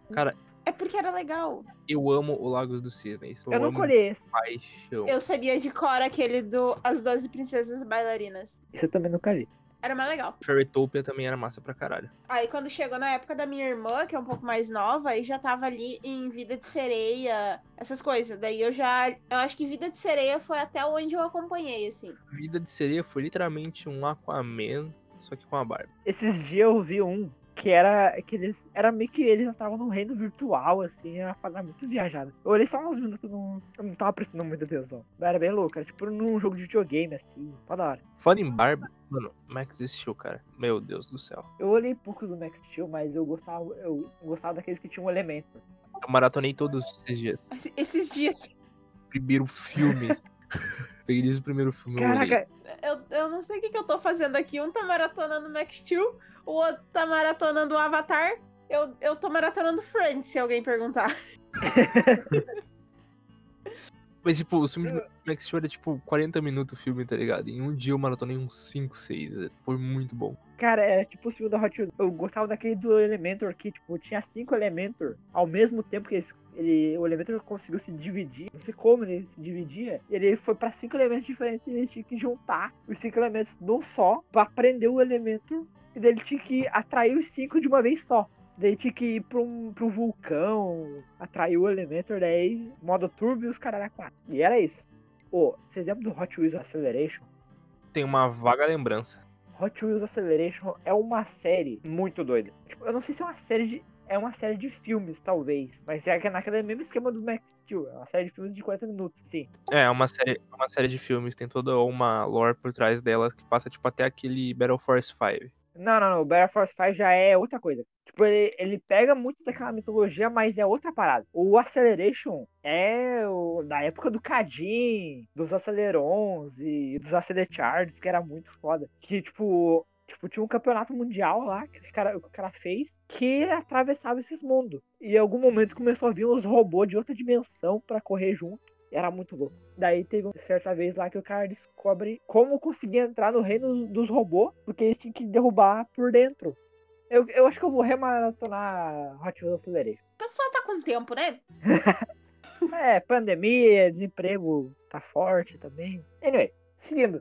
[SPEAKER 1] É porque era legal.
[SPEAKER 3] Eu amo o Lagos dos Cisnes.
[SPEAKER 2] eu não
[SPEAKER 3] amo
[SPEAKER 2] colhei esse.
[SPEAKER 3] de Paixão.
[SPEAKER 1] Eu sabia de cor aquele do As Doze Princesas Bailarinas.
[SPEAKER 2] Isso eu também nunca li.
[SPEAKER 1] Era mais legal.
[SPEAKER 3] Fairytopia também era massa pra caralho.
[SPEAKER 1] Aí quando chegou na época da minha irmã, que é um pouco mais nova, aí já tava ali em Vida de Sereia, essas coisas. Daí eu já. Eu acho que Vida de Sereia foi até onde eu acompanhei, assim.
[SPEAKER 3] Vida de Sereia foi literalmente um Aquaman, só que com a Barbie.
[SPEAKER 2] Esses dias eu vi um que era que eles era meio que eles entravam num reino virtual, assim, era uma parada muito viajada. Eu olhei só uns minutos, não, eu não tava prestando muita atenção. Mas era bem louco, era tipo num jogo de videogame, assim, tá da hora.
[SPEAKER 3] Fora em Barbie, mano, Max existiu, cara. Meu Deus do céu.
[SPEAKER 2] Eu olhei poucos do Max Steel, mas eu gostava, eu gostava daqueles que tinham um elemento.
[SPEAKER 3] Eu maratonei todos esses dias.
[SPEAKER 1] Esse- Esses dias.
[SPEAKER 3] Primeiro filme. assim. Peguei desde o primeiro filme. eu olhei.
[SPEAKER 2] Caraca,
[SPEAKER 1] Eu, eu não sei o que, que eu tô fazendo aqui. Um tá maratonando Max Steel, o outro tá maratonando o Avatar. Eu, eu tô maratonando Friends, se alguém perguntar.
[SPEAKER 3] Mas, tipo, o filme de Max Steel era, tipo, 40 minutos o filme, tá ligado? Em um dia eu maratonei uns 5, 6. Foi muito bom.
[SPEAKER 2] Cara, era tipo o filme da Hot Wheels. Eu gostava daquele do Elementor que, tipo, tinha cinco Elementor ao mesmo tempo que eles, ele, o Elementor conseguiu se dividir. Não sei como ele se dividia. Ele foi pra cinco elementos diferentes e eles tinham que juntar os cinco elementos num só pra prender o Elementor. E daí ele tinha que atrair os cinco de uma vez só. Daí tinha que ir pra um, pra um vulcão, atrair o Elementor, daí modo turbo e os caras 4. E era isso. Ô, vocês lembram do Hot Wheels Acceleration?
[SPEAKER 3] Tem uma vaga lembrança.
[SPEAKER 2] Hot Wheels Acceleration é uma série muito doida. Tipo, eu não sei se é uma série de. É uma série de filmes, talvez. Mas é naquele mesmo esquema do Max Steel. É uma série de filmes de 40 minutos, assim. sim.
[SPEAKER 3] É, uma série, uma série de filmes. Tem toda uma lore por trás dela que passa, tipo, até aquele Battle Force 5.
[SPEAKER 2] Não, não, não. O Battle Force 5 já é outra coisa. Tipo, ele, ele pega muito daquela mitologia, mas é outra parada. O Acceleration é o, da época do Cadin, dos Acelerons e dos Accelechards, que era muito foda. Que, tipo, tipo, tinha um campeonato mundial lá que, os cara, que o cara fez que atravessava esses mundos. E em algum momento começou a vir uns robôs de outra dimensão para correr junto. Era muito louco. Daí teve uma certa vez lá que o cara descobre como conseguir entrar no reino dos robôs, porque eles tinham que derrubar por dentro. Eu, eu acho que eu vou remaratonar Hot Wheels Acceleration.
[SPEAKER 1] O pessoal tá com tempo, né?
[SPEAKER 2] É, pandemia, desemprego tá forte também. Anyway, seguindo.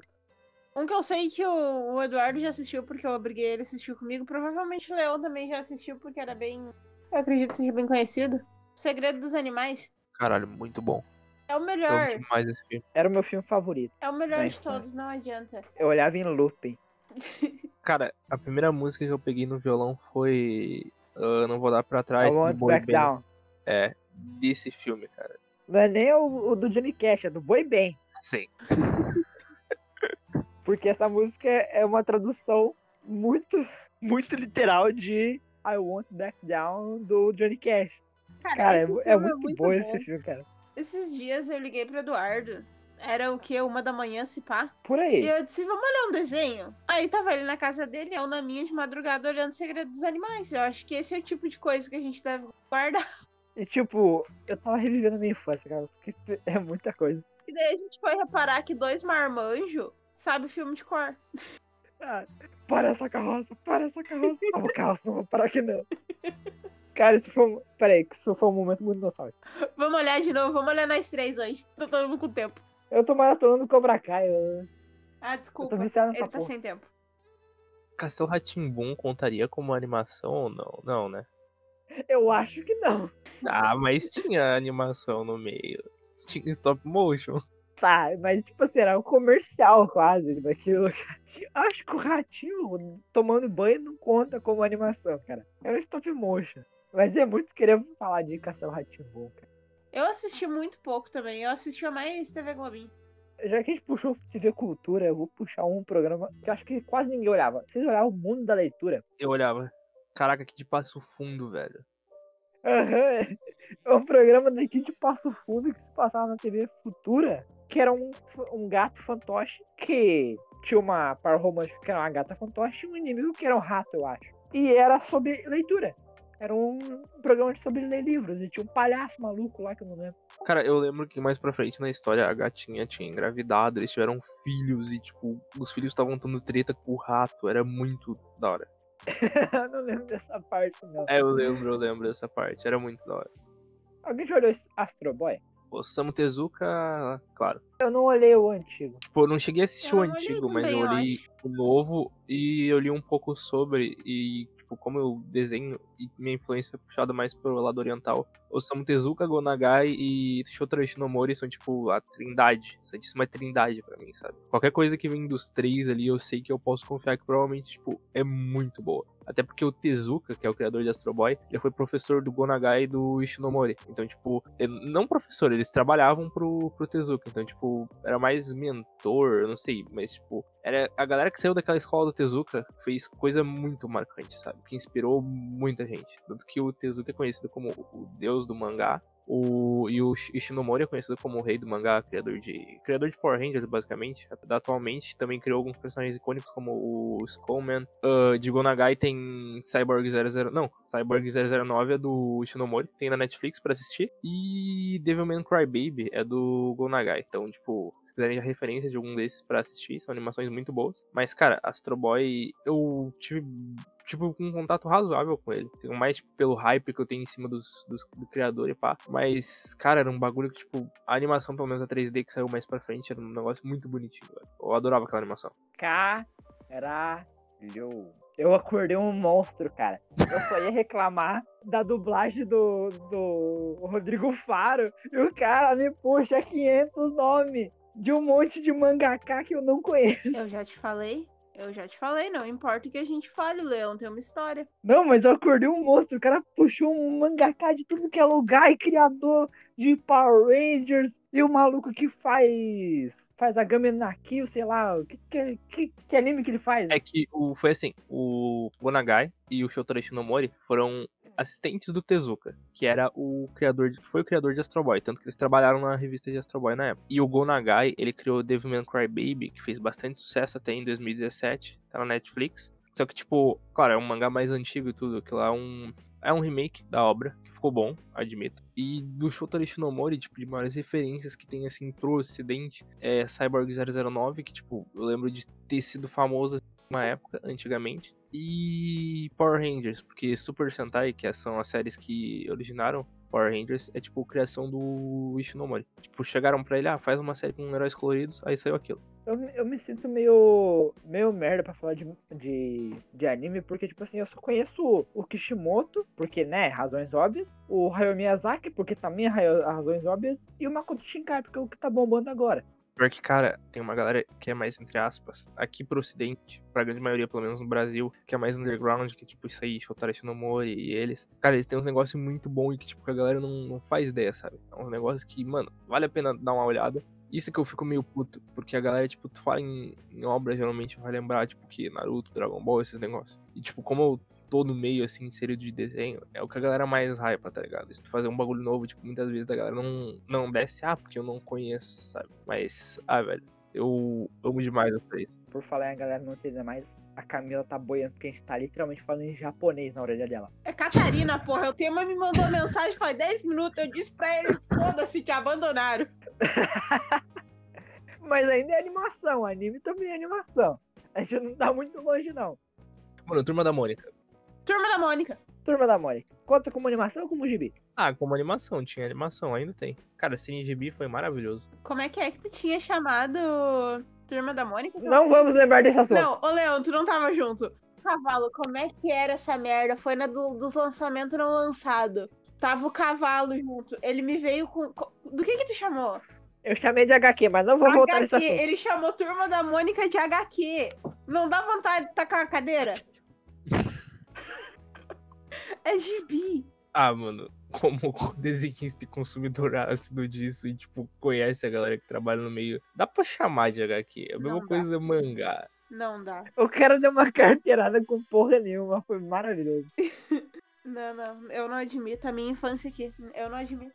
[SPEAKER 1] Um que eu sei que o, o Eduardo já assistiu porque eu obriguei ele a assistir comigo. Provavelmente o Leon também já assistiu porque era bem. Eu acredito que seja bem conhecido. O Segredo dos Animais
[SPEAKER 3] Caralho, muito bom.
[SPEAKER 1] é o melhor.
[SPEAKER 3] Eu amo demais esse filme.
[SPEAKER 2] Era o meu filme favorito.
[SPEAKER 1] É o melhor
[SPEAKER 2] Bem, né?
[SPEAKER 1] de todos, não adianta.
[SPEAKER 2] Eu olhava em looping.
[SPEAKER 3] Cara, a primeira música que eu peguei no violão foi. ah, não vou dar pra
[SPEAKER 2] I
[SPEAKER 3] trás. do
[SPEAKER 2] want
[SPEAKER 3] Boy
[SPEAKER 2] back
[SPEAKER 3] Band.
[SPEAKER 2] down.
[SPEAKER 3] É, desse filme, cara.
[SPEAKER 2] Não é nem o, o do Johnny Cash, é do Boi Bem.
[SPEAKER 3] Sim.
[SPEAKER 2] Porque essa música é uma tradução muito, muito literal de I Want Back Down do Johnny Cash. Cara, é,
[SPEAKER 1] esse
[SPEAKER 2] mu-
[SPEAKER 1] filme
[SPEAKER 2] é muito, bom, esse filme, cara.
[SPEAKER 1] Esses dias eu liguei pro Eduardo. Era o quê? Uma da manhã, se pá.
[SPEAKER 2] Por
[SPEAKER 1] E
[SPEAKER 2] aí.
[SPEAKER 1] eu disse, vamos olhar um desenho? Aí tava ele na casa dele, eu na minha, de madrugada, olhando o Segredo dos Animais. Eu acho que esse é o tipo de coisa que a gente deve guardar.
[SPEAKER 2] E tipo, eu tava revivendo a minha infância, cara. Porque é muita coisa.
[SPEAKER 1] E daí a gente foi reparar que dois marmanjos sabe filme de cor.
[SPEAKER 2] Ah, para essa carroça, para essa carroça. Vamos, carroça, não vou parar aqui não. Cara, isso foi um. Peraí, que isso foi um momento muito nostálgico.
[SPEAKER 1] Vamos olhar de novo, vamos olhar nós três hoje. Tá todo mundo com tempo.
[SPEAKER 2] Eu tô maratonando Cobra Kai, eu,
[SPEAKER 1] Ah,
[SPEAKER 2] eu tô
[SPEAKER 1] desculpa.
[SPEAKER 2] viciado
[SPEAKER 1] Ele
[SPEAKER 2] nessa
[SPEAKER 1] tá
[SPEAKER 2] porra.
[SPEAKER 1] sem tempo.
[SPEAKER 3] Castelo Ratimbun contaria como animação ou não? Não, né?
[SPEAKER 2] Eu acho que não.
[SPEAKER 3] Ah, mas tinha animação no meio. Tinha stop motion.
[SPEAKER 2] Tá, mas tipo assim, era um comercial quase daquilo. Acho que o ratinho tomando banho não conta como animação, cara. Era um stop motion. Mas é muito querer falar de Castelo Ratimbu, cara.
[SPEAKER 1] Eu assisti muito pouco também. Eu assistia mais TV Globinho.
[SPEAKER 2] Já que a gente puxou TV Cultura, eu vou puxar um programa que eu acho que quase ninguém olhava. Vocês olhavam o mundo da leitura?
[SPEAKER 3] Eu olhava. Caraca, que de passo fundo, velho.
[SPEAKER 2] Aham. é- É um programa daqui de Passo Fundo que se passava na TV Futura, que era um, f- um gato fantoche que tinha uma par romântica que era uma gata fantoche e um inimigo que era um rato, eu acho. E era sobre leitura. Era um programa de sobre ler livros. E tinha um palhaço maluco lá que eu não lembro.
[SPEAKER 3] Cara, eu lembro que mais pra frente na história a gatinha tinha engravidado, eles tiveram filhos e, tipo, os filhos estavam dando treta com o rato. Era muito da hora.
[SPEAKER 2] Eu não lembro dessa parte, não.
[SPEAKER 3] É, eu lembro, eu lembro dessa parte. Era muito da hora.
[SPEAKER 2] Alguém já olhou esse Astro Boy?
[SPEAKER 3] Osamu Tezuka, claro.
[SPEAKER 2] Eu não olhei o antigo.
[SPEAKER 3] Tipo, eu não cheguei a assistir
[SPEAKER 1] Eu
[SPEAKER 3] o
[SPEAKER 1] não olhei
[SPEAKER 3] antigo, mas eu
[SPEAKER 1] também, eu
[SPEAKER 3] olhei o novo e eu li um pouco sobre. E, tipo, como eu desenho e minha influência é puxada mais pro lado oriental, Osamu Tezuka, Gonagai e Shotaro Ishinomori são, tipo, a trindade. Santíssima trindade pra mim, sabe? Qualquer coisa que vem dos três ali, eu sei que eu posso confiar que provavelmente, tipo, é muito boa. Até porque o Tezuka, que é o criador de Astro Boy, ele foi professor do Gonagai e do Ishinomori. Então, tipo, ele- não professor, eles trabalhavam pro, pro Tezuka. Então, tipo, era mais mentor, eu não sei, mas, tipo, era a galera que saiu daquela escola do Tezuka fez coisa muito marcante, sabe? Que inspirou muita gente. Tanto que o Tezuka é conhecido como o deus do mangá, o O, e o Ish- Ishinomori é conhecido como o rei do mangá, criador de criador de Power Rangers, basicamente. Atualmente também criou alguns personagens icônicos como o Skullman. Uh, Jigo Nagai tem Cyborg 00... Não, Cyborg 009 é do Ishinomori, tem na Netflix pra assistir. E Devilman Crybaby é do Gonagai. Então, tipo, se quiserem a referência de algum desses pra assistir, são animações muito boas. Mas, cara, Astro Boy, eu tive tipo, um contato razoável com ele. Tenho mais, tipo, pelo hype que eu tenho em cima dos, dos- do criador e pá. Mas, cara, era um bagulho que, tipo, a animação, pelo menos a 3D que saiu mais pra frente, era um negócio muito bonitinho, velho. Eu adorava aquela animação.
[SPEAKER 2] Caralho. Eu acordei um monstro, cara. Eu só ia reclamar da dublagem do, do Rodrigo Faro e o cara me puxa 500 nomes de um monte de mangaká que eu não conheço.
[SPEAKER 1] Eu já te falei. Eu já te falei, não importa o que a gente fale, o Leão tem uma história.
[SPEAKER 2] Não, mas eu acordei um monstro. O cara puxou um mangaká de tudo que é lugar e criador de Power Rangers. E o maluco que faz. Faz a Gamen na Kill, sei lá. Que, que, que, que anime que ele faz?
[SPEAKER 3] É que o, foi assim, o Gonagai e o Shotora Shinomori foram assistentes do Tezuka, que era o criador, de, que foi o criador de Astro Boy, tanto que eles trabalharam na revista de Astro Boy na época. E o Gonagai, ele criou Devilman Crybaby, que fez bastante sucesso até em 2017, tá na Netflix. Só que tipo, claro, é um mangá mais antigo e tudo, que lá é um é um remake da obra, que ficou bom, admito. E do Shotori Shinomori, tipo, de maiores referências que tem assim pro ocidente é Cyborg 009, que tipo, eu lembro de ter sido famoso uma época, antigamente. E Power Rangers, porque Super Sentai, que são as séries que originaram Power Rangers, é tipo criação do Ishinomori. Tipo, chegaram pra ele, ah, faz uma série com heróis coloridos, aí saiu aquilo.
[SPEAKER 2] Eu, me- eu me sinto meio, meio merda pra falar de, de, de anime, porque, tipo assim, eu só conheço o, o Kishimoto, porque, né, razões óbvias, o Hayao Miyazaki, porque também é raio- razões óbvias, e o Makoto Shinkai, porque é o que tá bombando agora.
[SPEAKER 3] Pior que, cara, tem uma galera que é mais, entre aspas, aqui pro ocidente, pra grande maioria, pelo menos no Brasil, que é mais underground, que é tipo isso aí, Shotara Shinomori e eles. Cara, eles têm uns negócios muito bons e que, tipo, que a galera não, não faz ideia, sabe? É um negócio que, mano, vale a pena dar uma olhada. Isso que eu fico meio puto, porque a galera, tipo, tu fala em, em obra, geralmente vai lembrar, tipo, que Naruto, Dragon Ball, esses negócios. E, tipo, como eu tô no meio, assim, inserido de desenho, é o que a galera mais hypa, tá ligado? Se tu fazer um bagulho novo, tipo, muitas vezes a galera não, não desce, ah, porque eu não conheço, sabe? Mas, ah, velho, eu amo demais as três.
[SPEAKER 2] Por falar em a galera não entender mais, a Camila tá boiando, porque a gente tá literalmente falando em japonês na orelha dela.
[SPEAKER 1] É Catarina, porra. O tema me mandou mensagem faz 10 minutos. Eu disse pra ele: foda-se, te abandonaram.
[SPEAKER 2] Mas ainda é animação, anime também é animação. A gente não tá muito longe, não.
[SPEAKER 3] Mano, Turma da Mônica.
[SPEAKER 1] Turma da Mônica.
[SPEAKER 2] Turma da Mônica, conta como animação ou como gibi?
[SPEAKER 3] Ah, como animação, tinha animação, ainda tem. Cara, CNGB foi maravilhoso.
[SPEAKER 1] Como é que é que tu tinha chamado Turma da Mônica?
[SPEAKER 2] Não vamos lembrar desse assunto.
[SPEAKER 1] Não, ô Leão, tu não tava junto. Cavalo, como é que era essa merda? Foi na do- dos lançamentos não lançado. Tava o cavalo junto. Ele me veio com. co- Do que que tu chamou?
[SPEAKER 2] Eu chamei de HQ, mas não vou voltar nesse
[SPEAKER 1] HQ.
[SPEAKER 2] assunto.
[SPEAKER 1] Ele chamou Turma da Mônica de HQ. Não dá vontade de tacar a cadeira? é gibi.
[SPEAKER 3] Ah, mano, como desenhista e consumidor ácido disso e, tipo, conhece a galera que trabalha no meio, dá pra chamar de HQ. É a mesma
[SPEAKER 1] Não dá.
[SPEAKER 3] coisa mangá.
[SPEAKER 1] Não dá.
[SPEAKER 2] O cara deu uma carteirada com porra nenhuma, foi maravilhoso.
[SPEAKER 1] Não, não. Eu não admito a minha infância aqui. Eu não admito.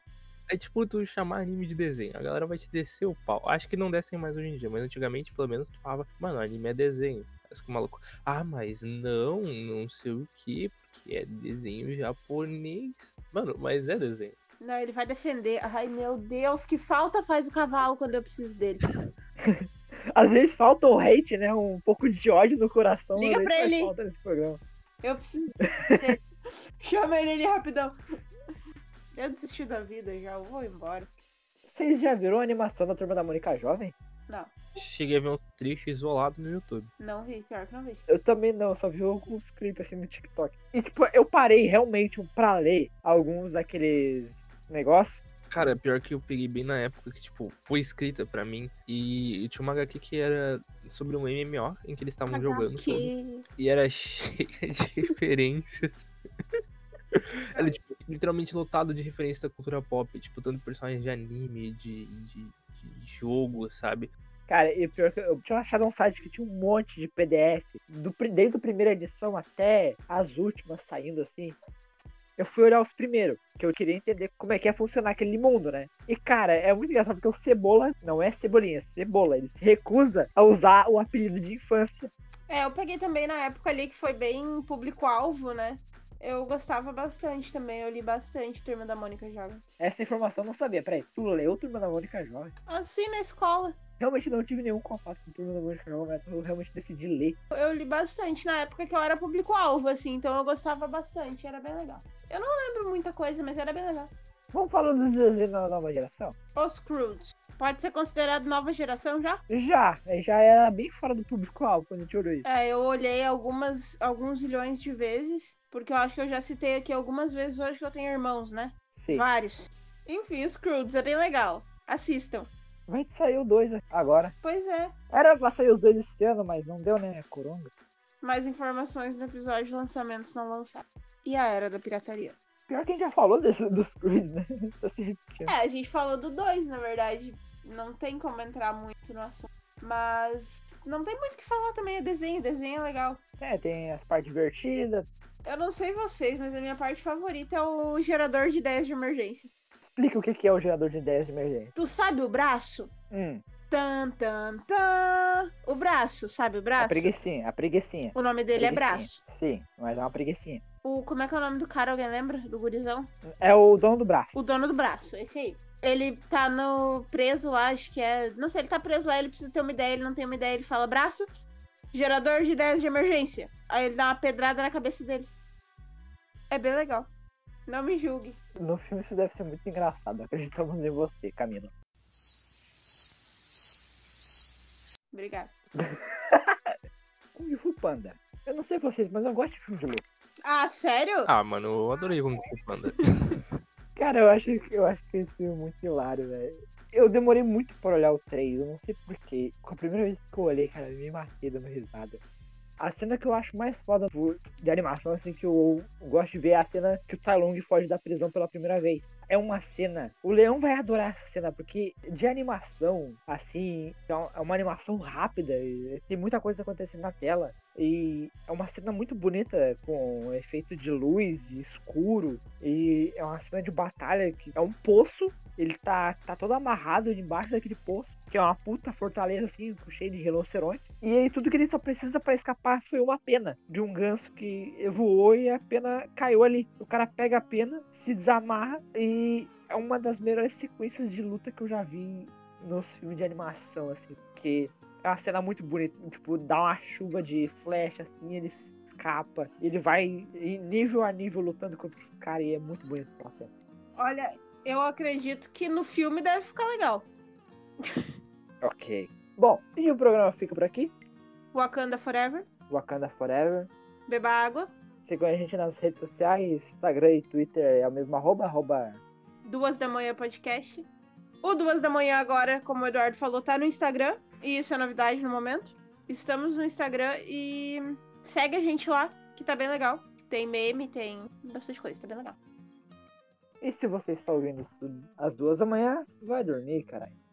[SPEAKER 3] É tipo tu chamar anime de desenho. A galera vai te descer o pau. Acho que não descem mais hoje em dia, mas antigamente, pelo menos, tu falava, mano, anime é desenho. Mas que o maluco, ah, mas não, não sei o que, porque é desenho japonês. Mano, mas é desenho.
[SPEAKER 1] Não, ele vai defender. Ai, meu Deus, que falta faz o cavalo quando eu preciso dele.
[SPEAKER 2] Às vezes falta o hate, né? Um pouco de ódio no coração.
[SPEAKER 1] Liga
[SPEAKER 2] às vezes
[SPEAKER 1] pra
[SPEAKER 2] faz
[SPEAKER 1] ele.
[SPEAKER 2] Falta nesse programa.
[SPEAKER 1] Eu preciso. dele. Chama ele ali rapidão. Eu desisti da vida já, eu vou embora.
[SPEAKER 2] Vocês já viram a animação da Turma da Mônica Jovem?
[SPEAKER 3] Cheguei a ver um trecho isolado no YouTube.
[SPEAKER 1] Não vi, pior que não vi.
[SPEAKER 2] Eu também não, só vi alguns clipes assim no TikTok. E tipo, eu parei realmente pra ler alguns daqueles negócios.
[SPEAKER 3] Cara, pior que eu peguei bem na época que, tipo, foi escrita pra mim. E tinha uma HQ que era sobre um MMO em que eles estavam jogando. sobre.
[SPEAKER 1] que...
[SPEAKER 3] e era cheia de referências. Era, tipo, literalmente lotado de referências da cultura pop, tipo, tanto personagens de anime, de, de, de jogo, sabe?
[SPEAKER 2] Cara, e pior que eu tinha achado um site que tinha um monte de PDF, do, pri- desde a primeira edição até as últimas saindo assim. Eu fui olhar os primeiros, que eu queria entender como é que ia funcionar aquele mundo, né? E, cara, é muito engraçado porque o Cebola não é Cebolinha, é Cebola. Ele se recusa a usar o apelido de infância.
[SPEAKER 1] É, eu peguei também na época ali que foi bem público-alvo, né? Eu gostava bastante também, eu li bastante Turma da Mônica Jovem.
[SPEAKER 2] Essa informação eu não sabia. Peraí, tu leu Turma da Mônica Jovem?
[SPEAKER 1] Assim, na escola.
[SPEAKER 2] Realmente não tive nenhum contato com Turma da Mônica Jovem, mas eu realmente decidi ler.
[SPEAKER 1] Eu li bastante na época que eu era público-alvo, assim, então eu gostava bastante, era bem legal. Eu não lembro muita coisa, mas era bem legal.
[SPEAKER 2] Vamos falar dos desenhos da nova geração?
[SPEAKER 1] Os Croods. Pode ser considerado nova geração já?
[SPEAKER 2] Já, já era bem fora do público-alvo quando a gente olhou isso.
[SPEAKER 1] É, eu olhei algumas, alguns milhões de vezes, porque eu acho que eu já citei aqui algumas vezes hoje que eu tenho irmãos, né?
[SPEAKER 2] Sim.
[SPEAKER 1] Vários. Enfim, os Croods é bem legal. Assistam.
[SPEAKER 2] Vai sair o dois agora.
[SPEAKER 1] Pois é.
[SPEAKER 2] Era pra sair os dois esse ano, mas não deu, né? Coronga.
[SPEAKER 1] Mais informações no episódio de lançamentos não lançados. E a era da pirataria.
[SPEAKER 2] Pior que a gente já falou desse, dos Creeds, né? tá se repetindo.
[SPEAKER 1] É, a gente falou do 2, na verdade. Não tem como entrar muito no assunto. Mas não tem muito o que falar também. É desenho, desenho é legal.
[SPEAKER 2] É, tem as partes divertidas.
[SPEAKER 1] Eu não sei vocês, mas a minha parte favorita é o gerador de ideias de emergência.
[SPEAKER 2] Explica o que que é o gerador de ideias de emergência.
[SPEAKER 1] Tu sabe o braço?
[SPEAKER 2] Hum,
[SPEAKER 1] Tan, tan, tan. O braço, sabe o
[SPEAKER 2] a
[SPEAKER 1] braço?
[SPEAKER 2] preguicinha, a preguicinha.
[SPEAKER 1] O nome dele é
[SPEAKER 2] Preguicinha.
[SPEAKER 1] braço.
[SPEAKER 2] Sim, mas é uma preguicinha.
[SPEAKER 1] O, como é que é o nome do cara? Alguém lembra? Do gurizão?
[SPEAKER 2] É o dono do braço.
[SPEAKER 1] O dono do braço, esse aí. Ele tá no preso lá, acho que é. Não sei, ele tá preso lá, ele precisa ter uma ideia, ele não tem uma ideia, ele fala braço, gerador de ideias de emergência. Aí ele dá uma pedrada na cabeça dele. É bem legal. Não me julgue.
[SPEAKER 2] No filme isso deve ser muito engraçado. Acreditamos em você, Camila.
[SPEAKER 1] Obrigada.
[SPEAKER 2] Kung Fu Panda. Eu não sei vocês, mas eu gosto de filme de luta.
[SPEAKER 1] Ah, sério?
[SPEAKER 3] Ah, mano, eu adorei Kung Fu Panda.
[SPEAKER 2] Cara, eu acho, que- eu acho que esse filme é muito hilário, velho. Eu demorei muito pra olhar o 3, eu não sei porquê. Com a primeira vez que eu olhei, cara, eu me matei dando risada. A cena que eu acho mais foda do- de animação, assim, que eu gosto de ver é a cena que o Tai Lung foge da prisão pela primeira vez. É uma cena. O Leão vai adorar essa cena, porque de animação, assim, é uma- é uma animação rápida, e tem muita coisa acontecendo na tela. E é uma cena muito bonita, com efeito de luz e escuro. E é uma cena de batalha que é um poço. Ele tá, tá todo amarrado embaixo daquele poço, que é uma puta fortaleza assim, cheia de rinoceronte. E aí tudo que ele só precisa pra escapar foi uma pena de um ganso que voou e a pena caiu ali. O cara pega a pena, se desamarra e é uma das melhores sequências de luta que eu já vi nos filmes de animação, assim, porque é uma cena muito bonita, tipo, dá uma chuva de flecha, assim, ele escapa, ele vai em nível a nível lutando contra os caras e é muito bonito aquela cena.
[SPEAKER 1] Olha, eu acredito que no filme deve ficar legal.
[SPEAKER 2] Ok. Bom, e o programa fica por aqui,
[SPEAKER 1] Wakanda Forever,
[SPEAKER 2] Wakanda Forever.
[SPEAKER 1] beba água,
[SPEAKER 2] Sigam a gente nas redes sociais, Instagram e Twitter é o mesmo arroba, arroba
[SPEAKER 1] Duas da Manhã Podcast. O Duas da Manhã agora, como o Eduardo falou, tá no Instagram. E isso é novidade no momento. Estamos no Instagram e segue a gente lá, que tá bem legal. Tem meme, tem bastante coisa, tá bem legal.
[SPEAKER 2] E se você está ouvindo isso às duas da manhã, vai dormir, caralho.